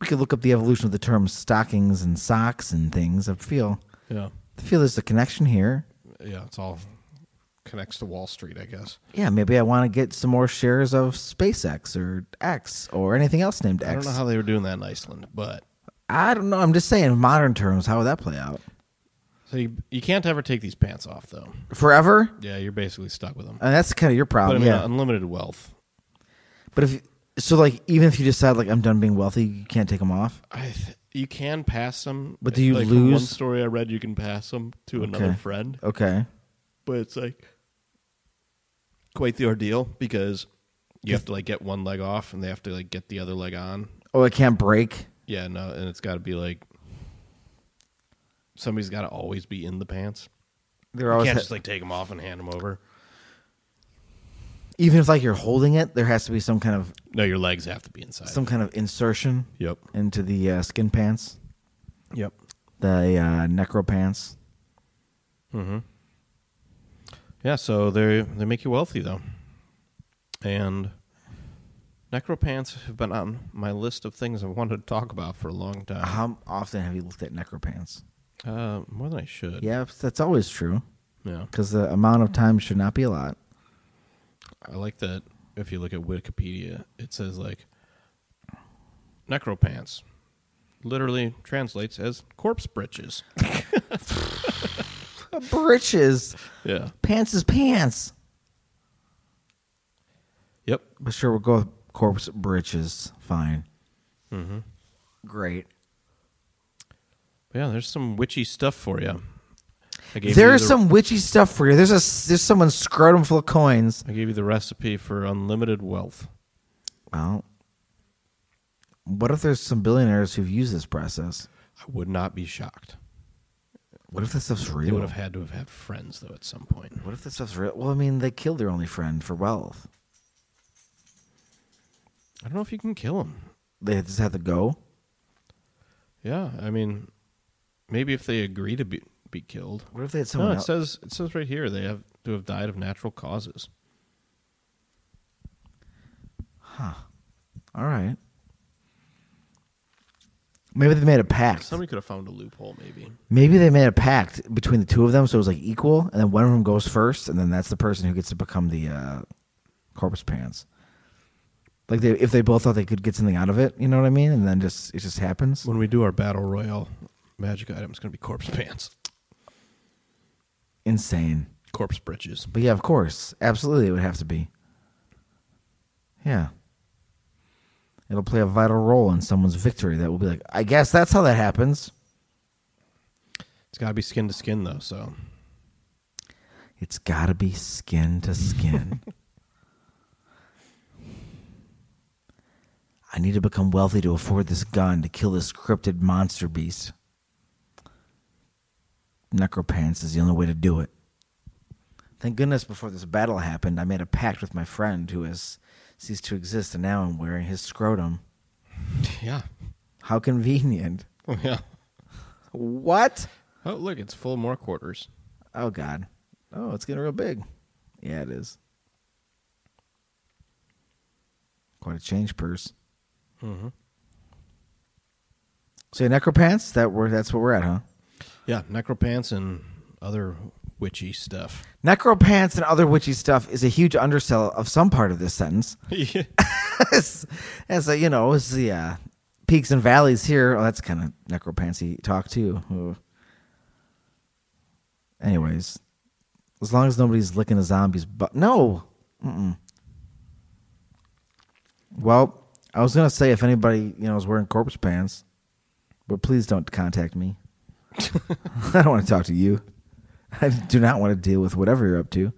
Speaker 1: We could look up the evolution of the terms stockings and socks and things. I feel,
Speaker 2: Yeah.
Speaker 1: I feel there's a connection here.
Speaker 2: Yeah, it's all connects to Wall Street, I guess.
Speaker 1: Yeah, maybe I want to get some more shares of SpaceX or X or anything else named X.
Speaker 2: I don't know how they were doing that in Iceland, but
Speaker 1: I don't know. I'm just saying, in modern terms, how would that play out?
Speaker 2: so you, you can't ever take these pants off though.
Speaker 1: Forever?
Speaker 2: Yeah, you're basically stuck with them.
Speaker 1: And that's kind of your
Speaker 2: But I
Speaker 1: problem,
Speaker 2: mean,
Speaker 1: Um,
Speaker 2: uh,
Speaker 1: yeah.
Speaker 2: unlimited wealth.
Speaker 1: But if so, like even if you decide like I'm done being wealthy, you can't take them off.
Speaker 2: I th- you can pass them,
Speaker 1: But do you
Speaker 2: like, from One
Speaker 1: lose-
Speaker 2: story I read, you can pass them to another
Speaker 1: Okay.
Speaker 2: friend,
Speaker 1: Okay,
Speaker 2: but it's like quite the ordeal because you have to like get one leg off and they have to like get the other leg on.
Speaker 1: oh, it can't break.
Speaker 2: Yeah, no, and it's got to be like somebody's got to always be in the pants.
Speaker 1: They're
Speaker 2: You
Speaker 1: always
Speaker 2: can't
Speaker 1: ha-
Speaker 2: just like take them off and hand them over.
Speaker 1: even if like you're holding it, there has to be some kind of
Speaker 2: No, your legs have to be inside.
Speaker 1: some kind of insertion
Speaker 2: Yep.
Speaker 1: into the uh, skin pants,
Speaker 2: Yep.
Speaker 1: the uh, necro pants.
Speaker 2: Mm-hmm. Yeah, so they they make you wealthy though. And necropants have been on my list of things I wanted to talk about for a long time.
Speaker 1: How often have you looked at necro pants?
Speaker 2: Uh, more than I should.
Speaker 1: Yeah, that's always true
Speaker 2: Yeah.
Speaker 1: because the amount of time should not be a lot.
Speaker 2: I like that if you look at Wikipedia, it says like necropants literally translates as corpse britches.
Speaker 1: Uh, Britches,
Speaker 2: Yeah.
Speaker 1: pants is pants.
Speaker 2: Yep.
Speaker 1: But sure, we'll go with corpse britches. Fine. Mm-hmm. Great.
Speaker 2: Yeah, there's some witchy stuff for you. I gave you
Speaker 1: There's
Speaker 2: the-
Speaker 1: some witchy stuff for you. There's a there's someone's scrotum full of coins.
Speaker 2: I gave you the recipe for unlimited wealth.
Speaker 1: Well, what if there's some billionaires who've used this process?
Speaker 2: I would not be shocked.
Speaker 1: What if this stuff's
Speaker 2: They
Speaker 1: real?
Speaker 2: would have had to have had friends though at some point.
Speaker 1: What if this stuff's real? Well, I mean, they killed their only friend for wealth.
Speaker 2: I don't know if you can kill them.
Speaker 1: They just had to go.
Speaker 2: Yeah, I mean, maybe if they agree to be be killed.
Speaker 1: What if they had someone
Speaker 2: No, it
Speaker 1: else?
Speaker 2: says it says right here they have to have died of natural causes.
Speaker 1: All right. Maybe they made a pact.
Speaker 2: Somebody could have found a loophole, maybe.
Speaker 1: Maybe they made a pact between the two of them, so it was like equal, and then one of them goes first, and then that's the person who gets to become the uh, corpus parents. Like they, if they both thought they could get something out of it, you know what I mean, and then just it just happens.
Speaker 2: When we do our battle royale, magic item's going to be corpse pants,
Speaker 1: Insane,
Speaker 2: corpse breeches.
Speaker 1: but yeah, of course, absolutely, it would have to be. Yeah, it'll play a vital role in someone's victory. That will be like, I guess that's how that happens.
Speaker 2: It's got to be skin to skin though, so
Speaker 1: It's got to be skin to skin. I need to become wealthy to afford this gun to kill this cryptid monster beast. Necropants is the only way to do it. Thank goodness before this battle happened, I made a pact with my friend who has ceased to exist, and now I'm wearing his scrotum.
Speaker 2: yeah, Oh,
Speaker 1: How convenient.
Speaker 2: yeah.
Speaker 1: What?
Speaker 2: Oh look, it's full of more quarters.
Speaker 1: Oh, God. Oh, it's getting real big. Yeah, it is. Quite a change purse.
Speaker 2: Mm-hmm.
Speaker 1: So necropants, that we're that's what we're at, huh?
Speaker 2: Yeah, necropants and other witchy stuff.
Speaker 1: Necropants and other witchy stuff is a huge undersell of some part of this sentence.
Speaker 2: yeah.
Speaker 1: as, as uh, you know, it's the uh, peaks and valleys here. Oh, that's kind of necropancy talk too. Ugh. Anyways, as long as nobody's licking a zombie's butt. No. Mm-mm. Well, I was gonna say if anybody you know is wearing corpse pants, but please don't contact me. I don't want to talk to you. I do not want to deal with whatever you're up to.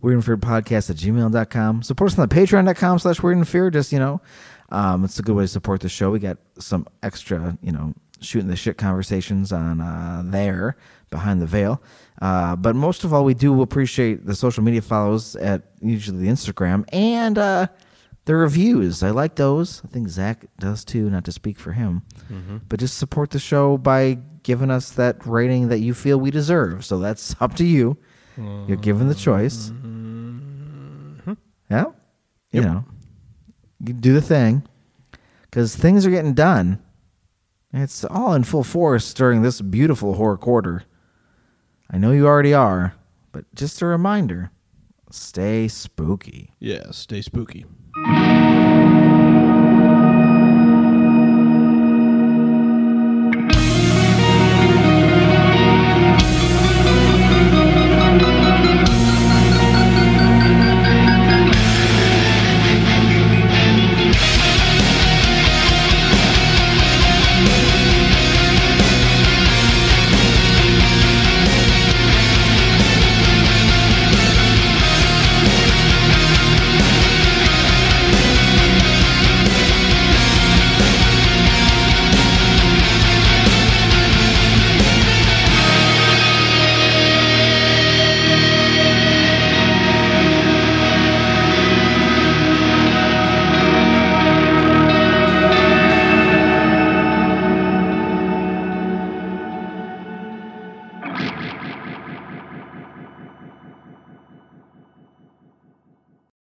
Speaker 1: Weird and Fear podcast at gmail.com. Support us on the patreon.com slash weird and fear. Just, you know, um, it's a good way to support the show. We got some extra, you know, shooting the shit conversations on uh, there behind the veil. Uh, but most of all, we do appreciate the social media follows at usually the Instagram and uh, the reviews. I like those. I think Zach does too, not to speak for him. But just support the show by giving us that rating that you feel we deserve. So that's up to you. You're given the choice. Yeah. You
Speaker 2: Yep.
Speaker 1: know, you do the thing because things are getting done. It's all in full force during this beautiful horror quarter. I know you already are, but just a reminder stay spooky.
Speaker 2: Yeah, stay spooky.